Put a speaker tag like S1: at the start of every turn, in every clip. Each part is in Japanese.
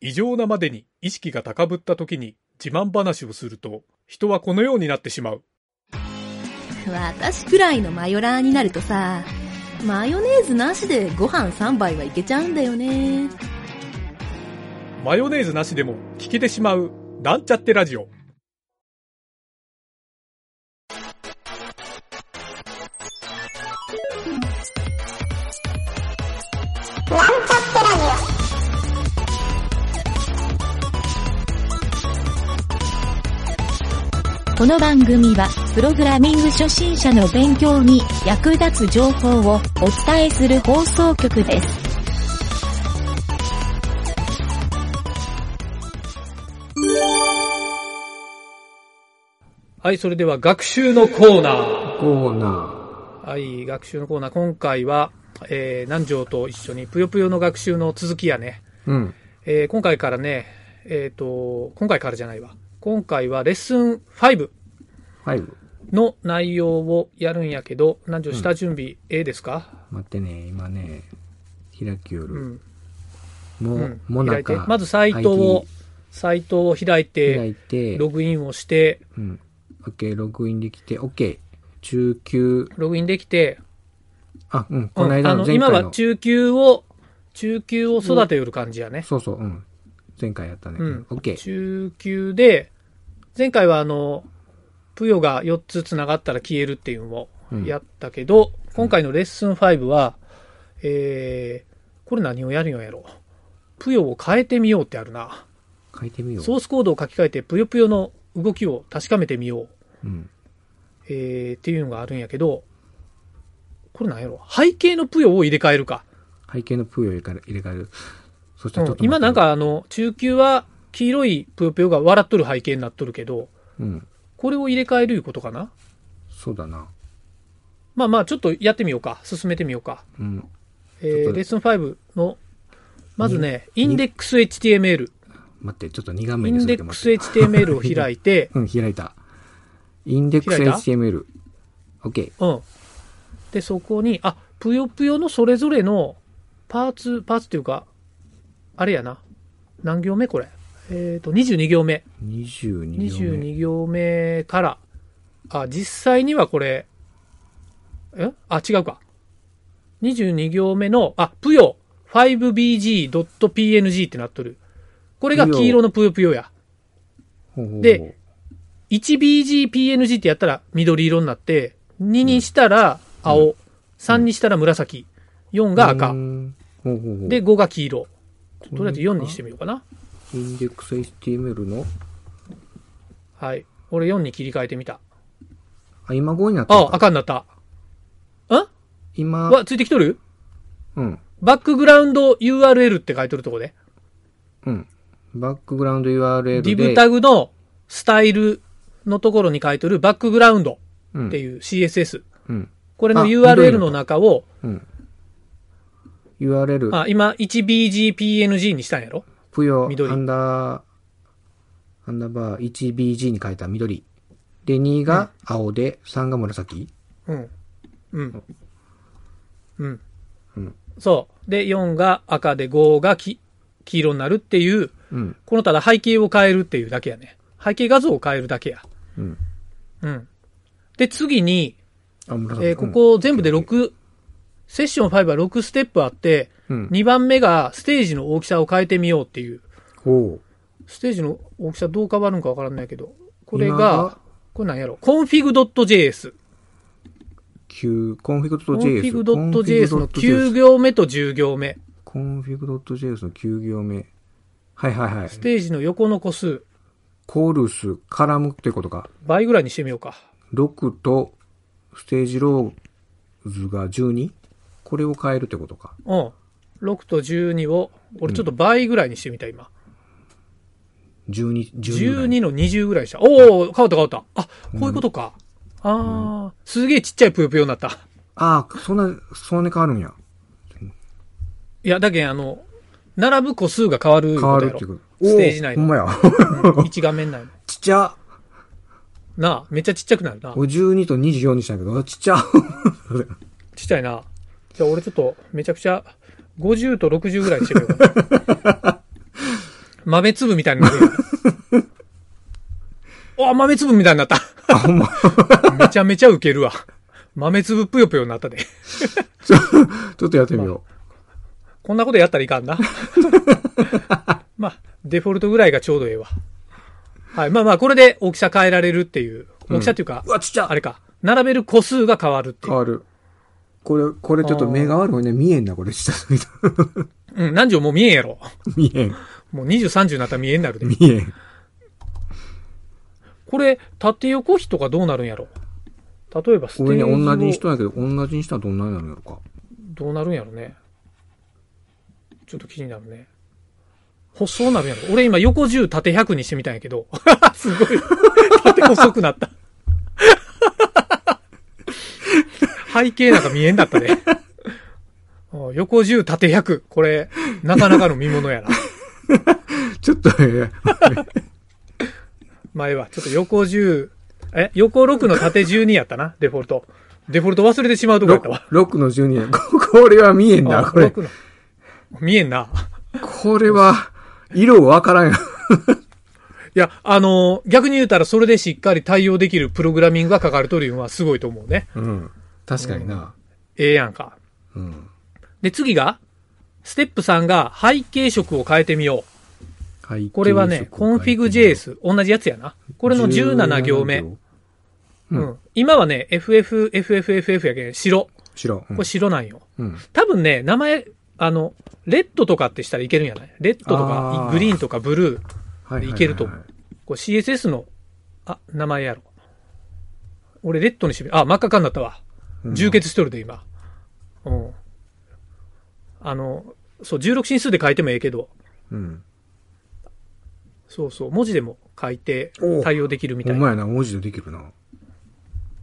S1: 異常なまでに意識が高ぶった時に自慢話をすると、人はこのようになってしまう。
S2: 私くらいのマヨラーになるとさ、マヨネーズなしでご飯3杯はいけちゃうんだよね。
S1: マヨネーズなしでも聞けてしまう、なんちゃってラジオ。
S3: この番組は、プログラミング初心者の勉強に役立つ情報をお伝えする放送局です。
S1: はい、それでは学習のコーナ
S4: コーナ
S1: ー。はい、学習のコーナー。今回は、えー、南條と一緒にぷよぷよの学習の続きやね。
S4: ー。うん。
S1: えー今回からね、えっ、と、今回からじゃないわ。今回はレッスン5
S4: はい。
S1: の内容をやるんやけど、南條下準備、ええですか
S4: 待ってね、今ね、開きよ
S1: う
S4: る。
S1: ん。
S4: も
S1: う、。
S4: うんも
S1: 開
S4: ない
S1: て
S4: か。。
S1: まずサイトを、サイトを開い
S4: ID 開
S1: て、
S4: いて、
S1: ログインをして、
S4: うん。OK、ログインできて、OK。中級、
S1: ログインできて、
S4: あ、うん、こ
S1: うん
S4: の間
S1: あ
S4: の
S1: の
S4: 前
S1: 今
S4: 回
S1: は
S4: の。
S1: 中級を、中級を育てよる感じやね。
S4: そうそう、うん。前回やったね。
S1: う
S4: うんん。OK。
S1: 中級で、前回はあの、ぷよが4つ繋がったら消えるっていうのを
S4: うん
S1: やったけど、今回のレッスン5は、えー、これ何をやるんやろぷよを変えてみようってあるな。
S4: 書いてみよう。
S1: ソースコードを書き換えてぷよぷよの動きを確かめてみよう、
S4: うん。
S1: えー、っていうのがあるんやけど、これ何やろ背景のぷよを入れ替えるか。
S4: 背景のプーを入れ替える入れ替える。そした
S1: う
S4: らちょ
S1: ん
S4: っと待って、
S1: 今なん、かあの、中級は黄色いぷよぷよが笑っとる背景になっとるけど、
S4: うん。
S1: これを入れ替えるいうことかな
S4: そうだな。
S1: まあまあ、ちょっとやってみようか。進めてみようか。
S4: うん。
S1: え
S4: ちょ
S1: ー、
S4: っと
S1: レッスン5の、まずね、インデックス HTML。
S4: 待って、ちょっと2画
S1: イ
S4: 面に
S1: ン
S4: する
S1: デ
S4: け
S1: ッ
S4: ど
S1: クス
S4: 待って
S1: HTML を開い て、
S4: うん、開いた。インデックス
S1: 開いた
S4: HTML。OK。
S1: うん。で、そこに、あ、ぷよぷよのそれぞれのパーツ、パーツっていうか、あれやな。何行目これ。えっ、ー、と、22行目。
S4: 22行目。
S1: 22行目から、あ、実際にはこれ、えあ、違うか。22行目の、あ、ぷよ 5bg.png ってなっとる。これが黄色のぷよぷよや。
S4: ほうほうほう
S1: で、1bgpng ってやったら緑色になって、2にしたら青、3にしたら紫、4が赤、
S4: うーんほうほうほう
S1: で、5が黄色。とりあえず4にしてみようかな。
S4: インデックス HTML の、
S1: はい。俺4に切り替えてみた。
S4: あ、今5になった。
S1: あ、赤になった。ん
S4: 今、
S1: わ、ついてきとる
S4: うん、
S1: バックグラウンド URL って書いとるとこで。
S4: うん。バックグラウンド URL で。
S1: リブタグのスタイルのところに書いとるバックグラウンドっていう CSS。
S4: うん。うん。
S1: これの
S4: あ緑
S1: URL の中を、
S4: うん。URL、
S1: あ、今 1bgpng にしたんやろ
S4: ぷよ、ア
S1: 緑
S4: ンダー、アンダーバー 1BG に書いた緑。で、2が青で、3が紫。
S1: うん。うん。うん。
S4: うん。
S1: そう。で、4が赤で5がき黄色になるっていう、
S4: うん。
S1: このただ背景を変えるっていうだけやね。背景画像を変えるだけや。
S4: うん。
S1: うん。で、次に、
S4: あ、紫。
S1: えーここ全部で6、セッション5は6ステップあって、
S4: うん。うん。
S1: 2番目がステージの大きさを変えてみようっていう。
S4: ほう。
S1: ステージの大きさどう変わるんかわからないけど、これ
S4: 今
S1: が、これなんやろ、config.js。
S4: Q、config.js。
S1: config.js の9行目と10行目。
S4: config.js の9行目。はいはいはい。
S1: ステージの横の個数、
S4: コールス、カラムってことか。
S1: 倍ぐらいにしてみようか。
S4: 6とステージローズが 12? これを変えるってことか。
S1: うん。6と12を、俺ちょっと倍ぐらいにしてみた、今。
S4: 12、12ぐらい。
S1: 12の20ぐらいにした。おお変わった変わった。あ、こういうことか。あー、すげえちっちゃいぷよぷよになった。
S4: ああ、そんな、そんな変わるんや。
S1: いや、だけん、あの、並ぶ個数が変わるいう
S4: 変
S1: こ
S4: わ
S1: とや
S4: る
S1: ろ
S4: っていうこと。
S1: ステージ内
S4: お
S1: の
S4: ほんまや。
S1: 一画面内の。
S4: ちっちゃ。
S1: なあ、めっちゃちっちゃくなるな。
S4: 俺12と24にしたんやけど、ちっちゃ。
S1: ちっちゃいな。じゃあ俺ちょっと、めちゃくちゃ、50と60ぐらいにしてみようかな。 豆粒みたいになるやん。お豆粒みたいになった。
S4: あ、ほんま。
S1: めちゃめちゃウケるわ。豆粒ぷよぷよになったで。
S4: ちょちょっとやってみよ
S1: こんなことやったらいかんな。 まあ、デフォルトぐらいがちょうどええわ。はい。まあまあ、これで大きさ変えられるっていう。
S4: うん
S1: 大きさっていうか
S4: う。、うわ、ちっちゃ
S1: あれか。並べる個数が変わるってい
S4: 変
S1: う。
S4: わる。これ、これちょっと目が悪いね。見えんな、これ。下すぎた。
S1: うん、何畳もう見えんやろ。
S4: 見えん。
S1: もう20、30になったら見えんなるで。
S4: 見えん。
S1: これ、縦横比とかどうなるんやろ。例えばステー
S4: これ
S1: ジ
S4: ね、
S1: を
S4: 同じにしとんやけど、同じにしたらどんなになるんやろか。
S1: どうなるんやろね。ちょっと気になるね。細なるんやろ。俺今横10縦100にしてみたんやけど。 すごい。縦細くなった。背景なんか見えんだったね。あ横10縦100。これ、なかなかの見物やな。
S4: ちょっと、え
S1: 前は。ちょっと横10、え、横6の縦12やったな、デフォルト。デフォルト忘れてしまうとこやったわ。
S4: 6の12円。こ これは見えんな、
S1: あ
S4: これ。
S1: 六の見えんな。
S4: これは、色わからんよ。
S1: いや、あのー逆に言うたら、それでしっかり対応できるプログラミングが書かれとるいうのはすごいと思うね。
S4: うん。確かにな。
S1: ええやんか。
S4: うん。
S1: で、次が、ステップ3が背景色を変えてみよ
S4: はい。
S1: う。これはね、コンフィグ JS、同じやつやな。これの17行目。
S4: う
S1: うんん。今はね、FF、FFFF やけん、白。
S4: 白。うん
S1: これ白なんよ。
S4: うん。
S1: 多分ね、名前、あの、レッドとかってしたらいけるんやないレッドとか
S4: あ、ー
S1: グリーンとか、ブルー。
S4: はい
S1: けると思うこれ CSS の、あ、名前やろ。俺、レッドにしてみあ、真っ赤かになったわ。充血しとるで、今。うん。あの、そう、16進数で書いてもええけど、
S4: うん。
S1: そうそう、文字でも書いて
S4: おう
S1: 対応できるみ
S4: ほ
S1: たい
S4: ん
S1: な。
S4: まやな、文字でできるな。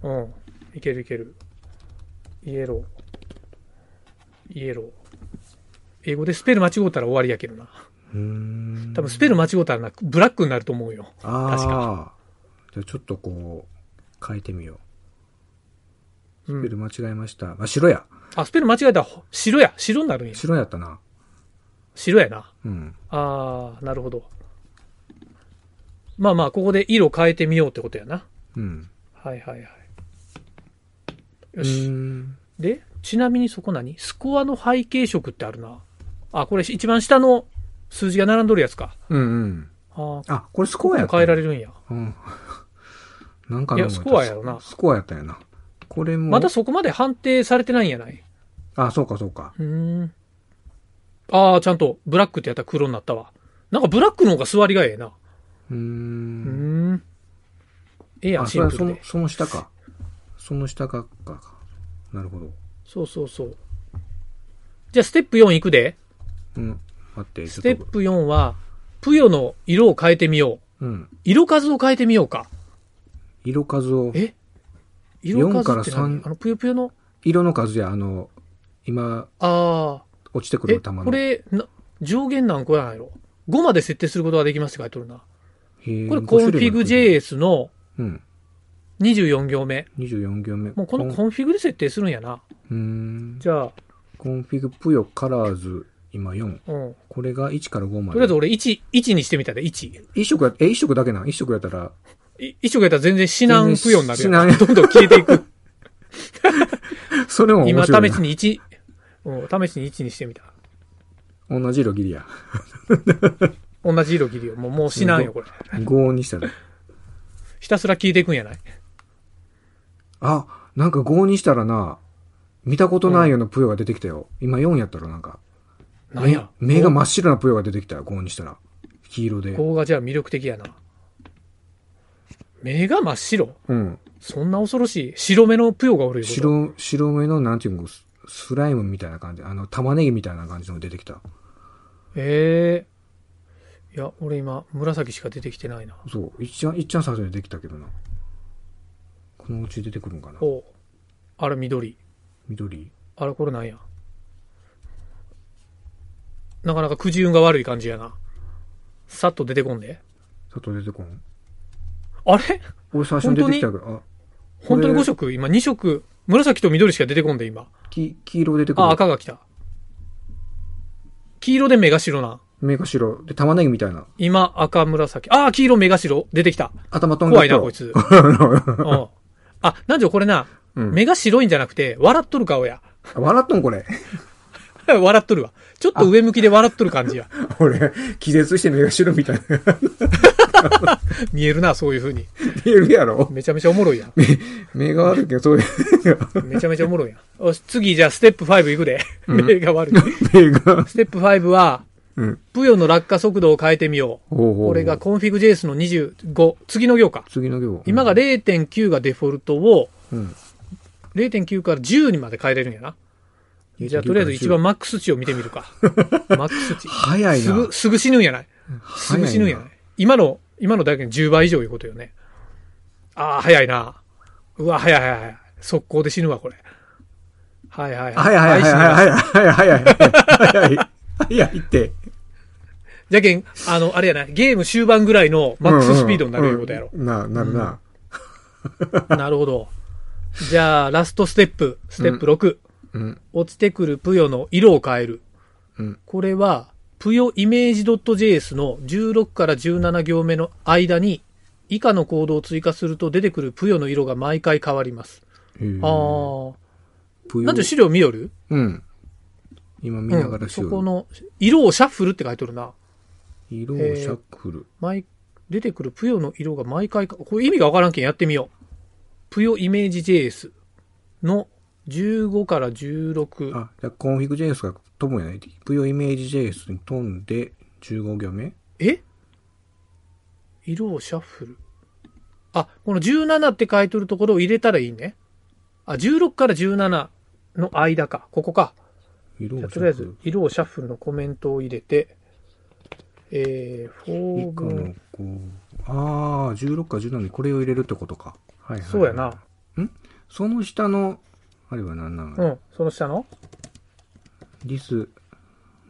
S1: うん。いけるいける。イエロー。イエロー。英語でスペル間違うたら終わりやけどな。
S4: うーん。
S1: 多分スペル間違うたらな、ブラックになると思うよ。
S4: あ
S1: 確
S4: あ。じゃあちょっとこう、変えてみよ
S1: う
S4: う。スペ
S1: ん。
S4: ル間違えました。あ、白や。
S1: あ、スペル間違えたらほ白や。白になるんや。
S4: 白やったな。
S1: 白やな。
S4: うん。
S1: あー、なるほど。まあまあ、ここで色変えてみようってことやな。
S4: うん。
S1: はいはいはい。
S4: う
S1: よし。
S4: ーん。
S1: で、ちなみにそこ何スコアの背景色ってあるな。あ、これ一番下の数字が並んどるやつか。
S4: うんうん。
S1: ああ、
S4: あ、これス
S1: こ
S4: コ
S1: う
S4: アや
S1: も
S4: った
S1: 変えられるんや。
S4: うん。なんかない
S1: やスコアやろな
S4: スコアやったんやな。これも。
S1: まだそこまで判定されてないんやない
S4: あ、そうかそうか。
S1: うーん。ああ、ちゃんとブラックってやったら黒になったわ。なんかブラックの方が座りがええな。
S4: う
S1: う
S4: ー。
S1: んーん。ええや
S4: あ、
S1: ん、
S4: そ
S1: シ
S4: れ
S1: ン
S4: は
S1: プ
S4: そ
S1: ル
S4: の
S1: で、。
S4: その下か。その下か、か。なるほど。
S1: そうそうそう。じゃあ、ステップ4いくで。
S4: うん。待って、
S1: ス
S4: ち
S1: テ
S4: ょっ
S1: ッ
S4: と。
S1: プ4は、ぷよの色を変えてみよう。
S4: うん。
S1: 色数を変えてみようか。
S4: 色数を。
S1: え色
S4: 4か
S1: 数
S4: ら
S1: って何
S4: 3
S1: あの、ぷよぷよの、
S4: 色の数や、あの、今、
S1: あ
S4: 落ちてく
S1: あ、え、
S4: る球の。
S1: これ、な上限何個やなんやろ ?5 まで設定することができますって書いてるな。
S4: へえ、
S1: これ、
S4: 5
S1: c o
S4: 種
S1: n f
S4: 類
S1: i
S4: も
S1: g
S4: 入ってる。
S1: JS の
S4: うん。
S1: 24行目。
S4: 24行目。
S1: もうこの
S4: コン、
S1: コンフィグで設定するんやな。
S4: うーん。
S1: じゃあ、
S4: コンフィグプヨカラーズ、今4。
S1: うん。
S4: これが1から5ま
S1: と
S4: で。
S1: りあえず俺1、1にしてみたで、1。
S4: 一色や、え、一色だけな一色やったら、
S1: い一色やったら全然死なんぷよになるやん。
S4: 全然 死
S1: どんどん消えていく。
S4: それも面
S1: 今、試
S4: 白いな
S1: しに1、うん、試しに1にしてみた。
S4: 同じ色切りや。
S1: 同じ色切りよ。もう、もう死なんよ、これ。
S4: 5にしたら。
S1: ひたすら消えていくんやない
S4: あ、なんか5にしたらな、見たことないようなプヨが出てきたよ。今4やったらなんか。
S1: なんや。
S4: 目目が真っ白なプヨが出てきたよ、5にしたら。黄色で。
S1: ここがじゃあ魅力的やな。目が真っ白
S4: うん。
S1: そんな恐ろしい。白目のプヨがおるよ。
S4: 白、白目の、なんていうの、ススライムみたいな感じ。あの、玉ねぎみたいな感じの出てきた。
S1: ええいや、俺今、紫しか出てきてないな。
S4: そう。一番、一番最初に出てきたけどな。このうち出てくるんかな。
S1: おうあれ緑。
S4: 緑。
S1: あれこれなんや。なかなかくじ運が悪い感じやな。さっと出てこんで。
S4: さと出てこん。
S1: あれ
S4: 俺最初に出てきたけど、あ、
S1: 本当に5色今2色。紫と緑しか出てこんで今。
S4: き黄色出てくる。
S1: あ、赤が来た。黄色で目が白なん。
S4: 目が白。で、玉ねぎみたいな。
S1: 今、赤紫。ああ、黄色、目が白。出てきた。
S4: 頭とんが
S1: 怖
S4: っ
S1: いな、こい つ。うん。
S4: つ。
S1: あ、なんじゃこれな、
S4: うん
S1: 目が白いんじゃなくて、笑っとる顔や。
S4: 笑っとんこれ。
S1: 笑っとるわ。ちょっと上向きで笑っとる感じや。
S4: 俺、気絶して目が白みたいな。
S1: 見えるな、そういう風に。
S4: 見えるや ろ
S1: めちゃめちゃおもろ いやん。
S4: 目が悪いけど、そう いう。
S1: めちゃめちゃおもろいやん。おし次、じゃあ、ステップ5いくで。 目が悪い。
S4: 目が。
S1: ステップ5は、
S4: うん。
S1: プヨの落下速度を変えてみよう。
S4: ほうほうほう
S1: これが、コンフィグ JS の25、次の行か。
S4: 次の行。
S1: 今が0.9がデフォルトを、
S4: うん。
S1: 0.9から10にまで変えれるんやな。じゃあ、とりあえず一番マックス値を見てみる か。マックス値。
S4: 早いな。
S1: すぐ、すぐ死ぬんやない。す
S4: 早い
S1: ぐ
S4: な
S1: 死ぬんやない。今の、今のだけの10倍以上いうことよね。ああ、早いな。うわ、早い早い早い。速攻で死ぬわ、これ。はいはい
S4: 早い早い
S1: は
S4: 早
S1: い。
S4: い早い早い早い早い。早い。早いって。
S1: じゃけん、あの、あれやない。ゲーム終盤ぐらいのマックススピードになるいうことやろ
S4: う。んうんうんな、なるな。
S1: なるほど。じゃあ、ラストステップ。ステップ6。
S4: うん。
S1: 落ちてくるプヨの色を変える。
S4: うん
S1: これは、ぷよイメージ .js の16から17行目の間に、以下のコードを追加すると出てくるぷよの色が毎回変わります。
S4: へー
S1: あー。
S4: ぷよ
S1: なんで資料見よる
S4: うん。今見なが
S1: うん
S4: らし
S1: そ
S4: よ
S1: こ
S4: う。
S1: の、色をシャッフルって書いてるな。
S4: 色をシャッフル。
S1: 毎、出てくるぷよの色が毎回か、これ意味がわからんけんやってみよう。ぷよイメージ JS の15から16。
S4: あ、じゃあコンフィグ JS が飛ぶんやないぷよイメージ JS に飛んで15行目
S1: え色をシャッフル。あ、この17って書いてるところを入れたらいいね。あ、16から17の間か。ここか。
S4: 色
S1: じゃ
S4: をシャ
S1: あとりあえ
S4: ッフ
S1: ず
S4: ル、。
S1: 色をシャッフルのコメントを入れて、えー、フ
S4: 以
S1: ォー
S4: 下
S1: ブ
S4: のこう。ああ、16か17にこれを入れるってことか。はいはい。
S1: そうやな。。
S4: その下の、あれは何なの、
S1: うん、その下の
S4: ディス、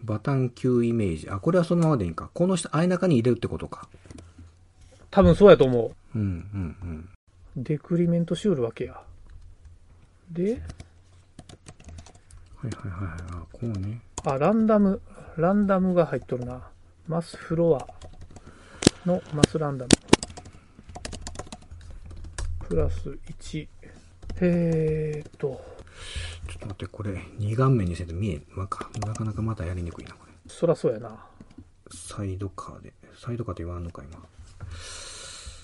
S4: バタン級イメージ。あ、これはそのままでいいんか。この下、あい中に入れるってことか。
S1: 多分そうやと思う。
S4: うん、うん、うん。
S1: デクリメントしうるわけや。で、
S4: はいはいはいはい。あ、こうね。
S1: あ、ランダム、ランダムが入っとるな。マスフロアのマスランダム。プラス1。えーっと、
S4: ちょっと待って、これ、二顔面にせんと見えん。なんか、なかなかまたやりにくいな、これ。
S1: そらそうやな。
S4: サイドカーで。サイドカーって言わんのか、今。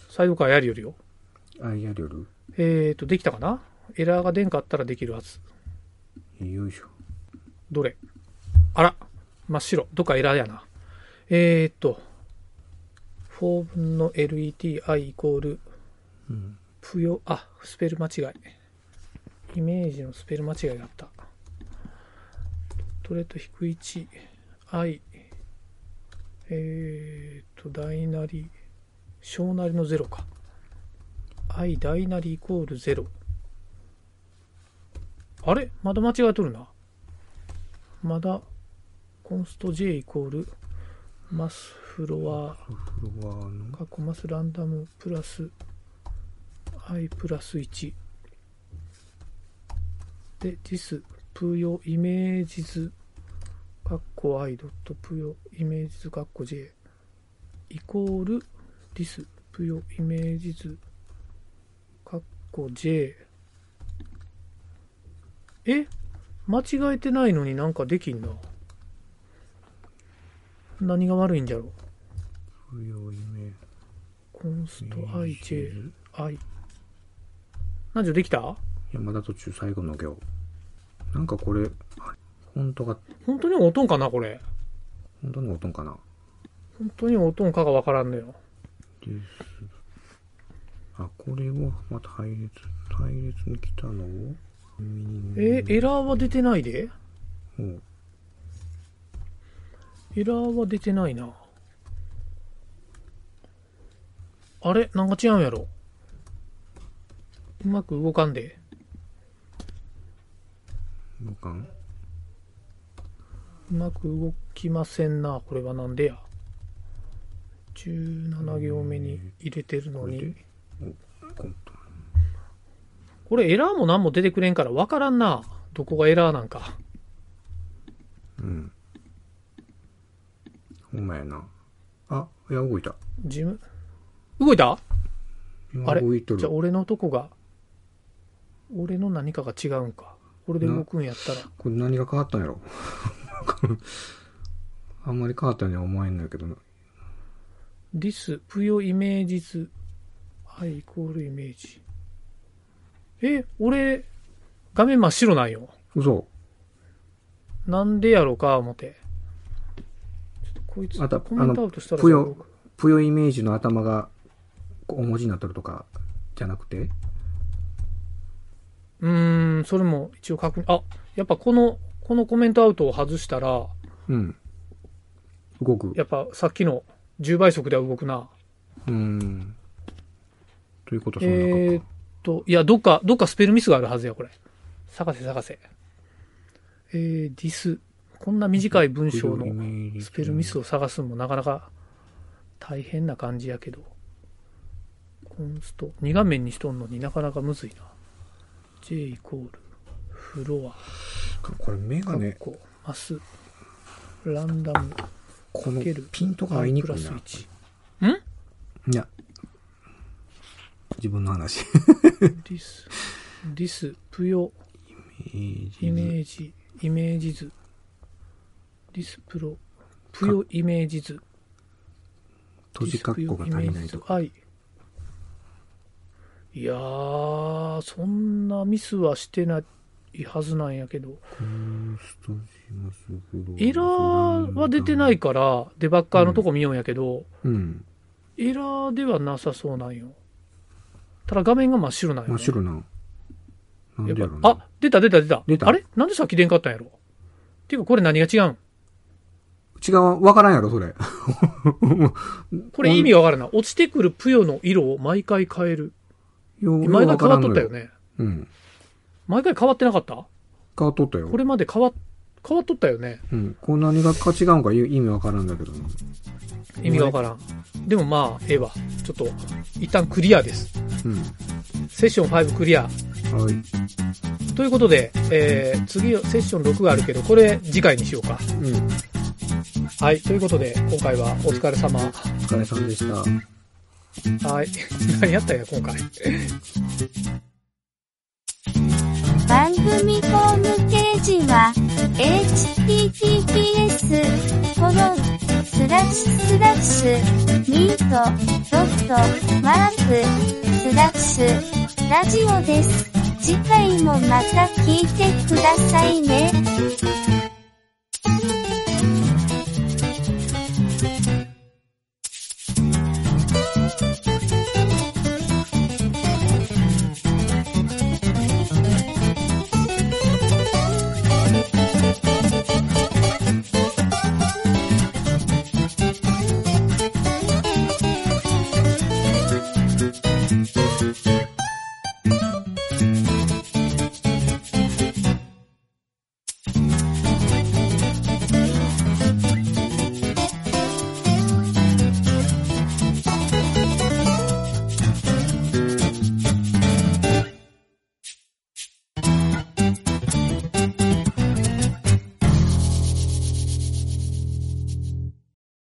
S1: サイドカーやるよりよ。
S4: あ、やるやる。
S1: えーっと、できたかなエラーが出んかったらできるはず。
S4: よいしょ。
S1: どれあら、真っ白。どっかエラーやな。えー、っと、4分の LETI イコール、
S4: ん
S1: ぷよ、あ、スペル間違い。イメージのスペル間違いだった。トレット引く1、i、えー、っと、大なり、小なりの0か。i 大なりイコール0。あれまだ間違えとるな。まだ、コンスト J イコール、マスフロア、
S4: フロアの、
S1: 過去マスランダム、プラス、i プラス1。で、this, ぷよ、イメージ図、かっこ i ドットぷよ、イメージ図、かっこ j、イコール、this, ぷよ、イメージ図、かっこ j。え間違えてないのになんかできんな。何が悪いんじゃろう
S4: 不要イメージ。
S1: コンスト IJ、I。何時できた
S4: いや、まだ途中、最後の行。なんかこれ、あフォントが、
S1: 本当におとんかなこれ。
S4: 本当に音かな。
S1: 本当におとんかがわからんのよ。
S4: です。あ、これを、また配列、配列に来たのを、
S1: え、エラーは出てないで
S4: うん
S1: エラーは出てないな。あれなんか違うんやろうまく動かんで。
S4: どうかん
S1: うまく動きませんな。これはなんでや。17行目に入れてるの
S4: これ
S1: に
S4: で。コント
S1: これエラーも何も出てくれんからわからんな。どこがエラーなんか。
S4: うん。ほんまやな。あ、いや、動いた。
S1: 自分、動いた
S4: 今
S1: あれ
S4: 動いと
S1: じゃあ
S4: る。
S1: 俺のとこが、俺の何かが違うんか。これで動くんやったら。
S4: これ何が変わったんやろ。 あんまり変わったようには思えんのやけどな。
S1: this, ぷよイメージ図。はい、イコールイメージ。え、俺、画面真っ白なんよ。
S4: 嘘。
S1: なんでやろうか、思って。ちょっとこいつ、
S4: あと
S1: コメントアウトしたら
S4: ぷ
S1: どう
S4: よ
S1: か、
S4: ぷよイメージの頭がこうお文字になっとるとかじゃなくて
S1: うーん、それも一応確認。あ、やっぱこの、このコメントアウトを外したら、
S4: うん。動く。
S1: やっぱさっきの10倍速では動くな。
S4: うーん。ということはその中
S1: えー
S4: か
S1: っ。と、いや、どっか、どっかスペルミスがあるはずや、これ。探せ探せ。えー、ディス。こんな短い文章
S4: ぷよイメ
S1: の
S4: ージ
S1: スペルミスを探すのもなかなか大変な感じやけど。コンスト。2画面にしとんのになかなかむずいな。J イコール、フロア。
S4: これ目がね、
S1: ここマスランダム
S4: この
S1: かける
S4: ピントが合いに
S1: プ
S4: く
S1: ラ
S4: い
S1: ス
S4: な。
S1: 1
S4: いや。自分の話。
S1: ディスディスプヨイ
S4: イ
S1: メージイメージ図ディスプロプヨイメージ図
S4: 閉じ括弧が足りないとか。
S1: はい。いやー、そんなミスはしてないはずなんやけど。エラーは出てないから、デバッカーのとこ見ようんやけど、
S4: うん。
S1: エラーではなさそうなんよ。ただ画面が真っ白なんよ、ね。
S4: 真っ白な。なんでや
S1: やっ
S4: ろう
S1: ぱ
S4: な。
S1: あ、出た出た出た。
S4: 出た
S1: あれなんでさっき出んかったんやろっていうかこれ何が違うん
S4: 違う、わからんやろ、それ。
S1: これ意味わからんない。落ちてくるぷよの色を毎回変える。
S4: よう
S1: 毎回変わっとった。
S4: ようわか
S1: よ
S4: らんのよ
S1: ね。
S4: うん。
S1: 毎回変わってなかった
S4: 変わっとったよ
S1: こ。れまで変わ、変わっとったよね。
S4: うん。こう何がか違うんかいう意味わからんだけどな。
S1: 意味がわからん。でもまあ、ええわ。ちょっと、一旦クリアです。
S4: うん。
S1: セッション5クリア。
S4: はい。
S1: ということで、えー、次、セッション6があるけど、これ次回にしようか。
S4: うん。お
S1: はい。ということで、今回はお疲れ様。
S4: 疲れさんでした。
S1: はい。 何やったんや、今回。
S5: 番組ホームページは https コロンスラッシュスラッシュミートドットマークスラッシュラジオです。次回もまた聞いてくださいね。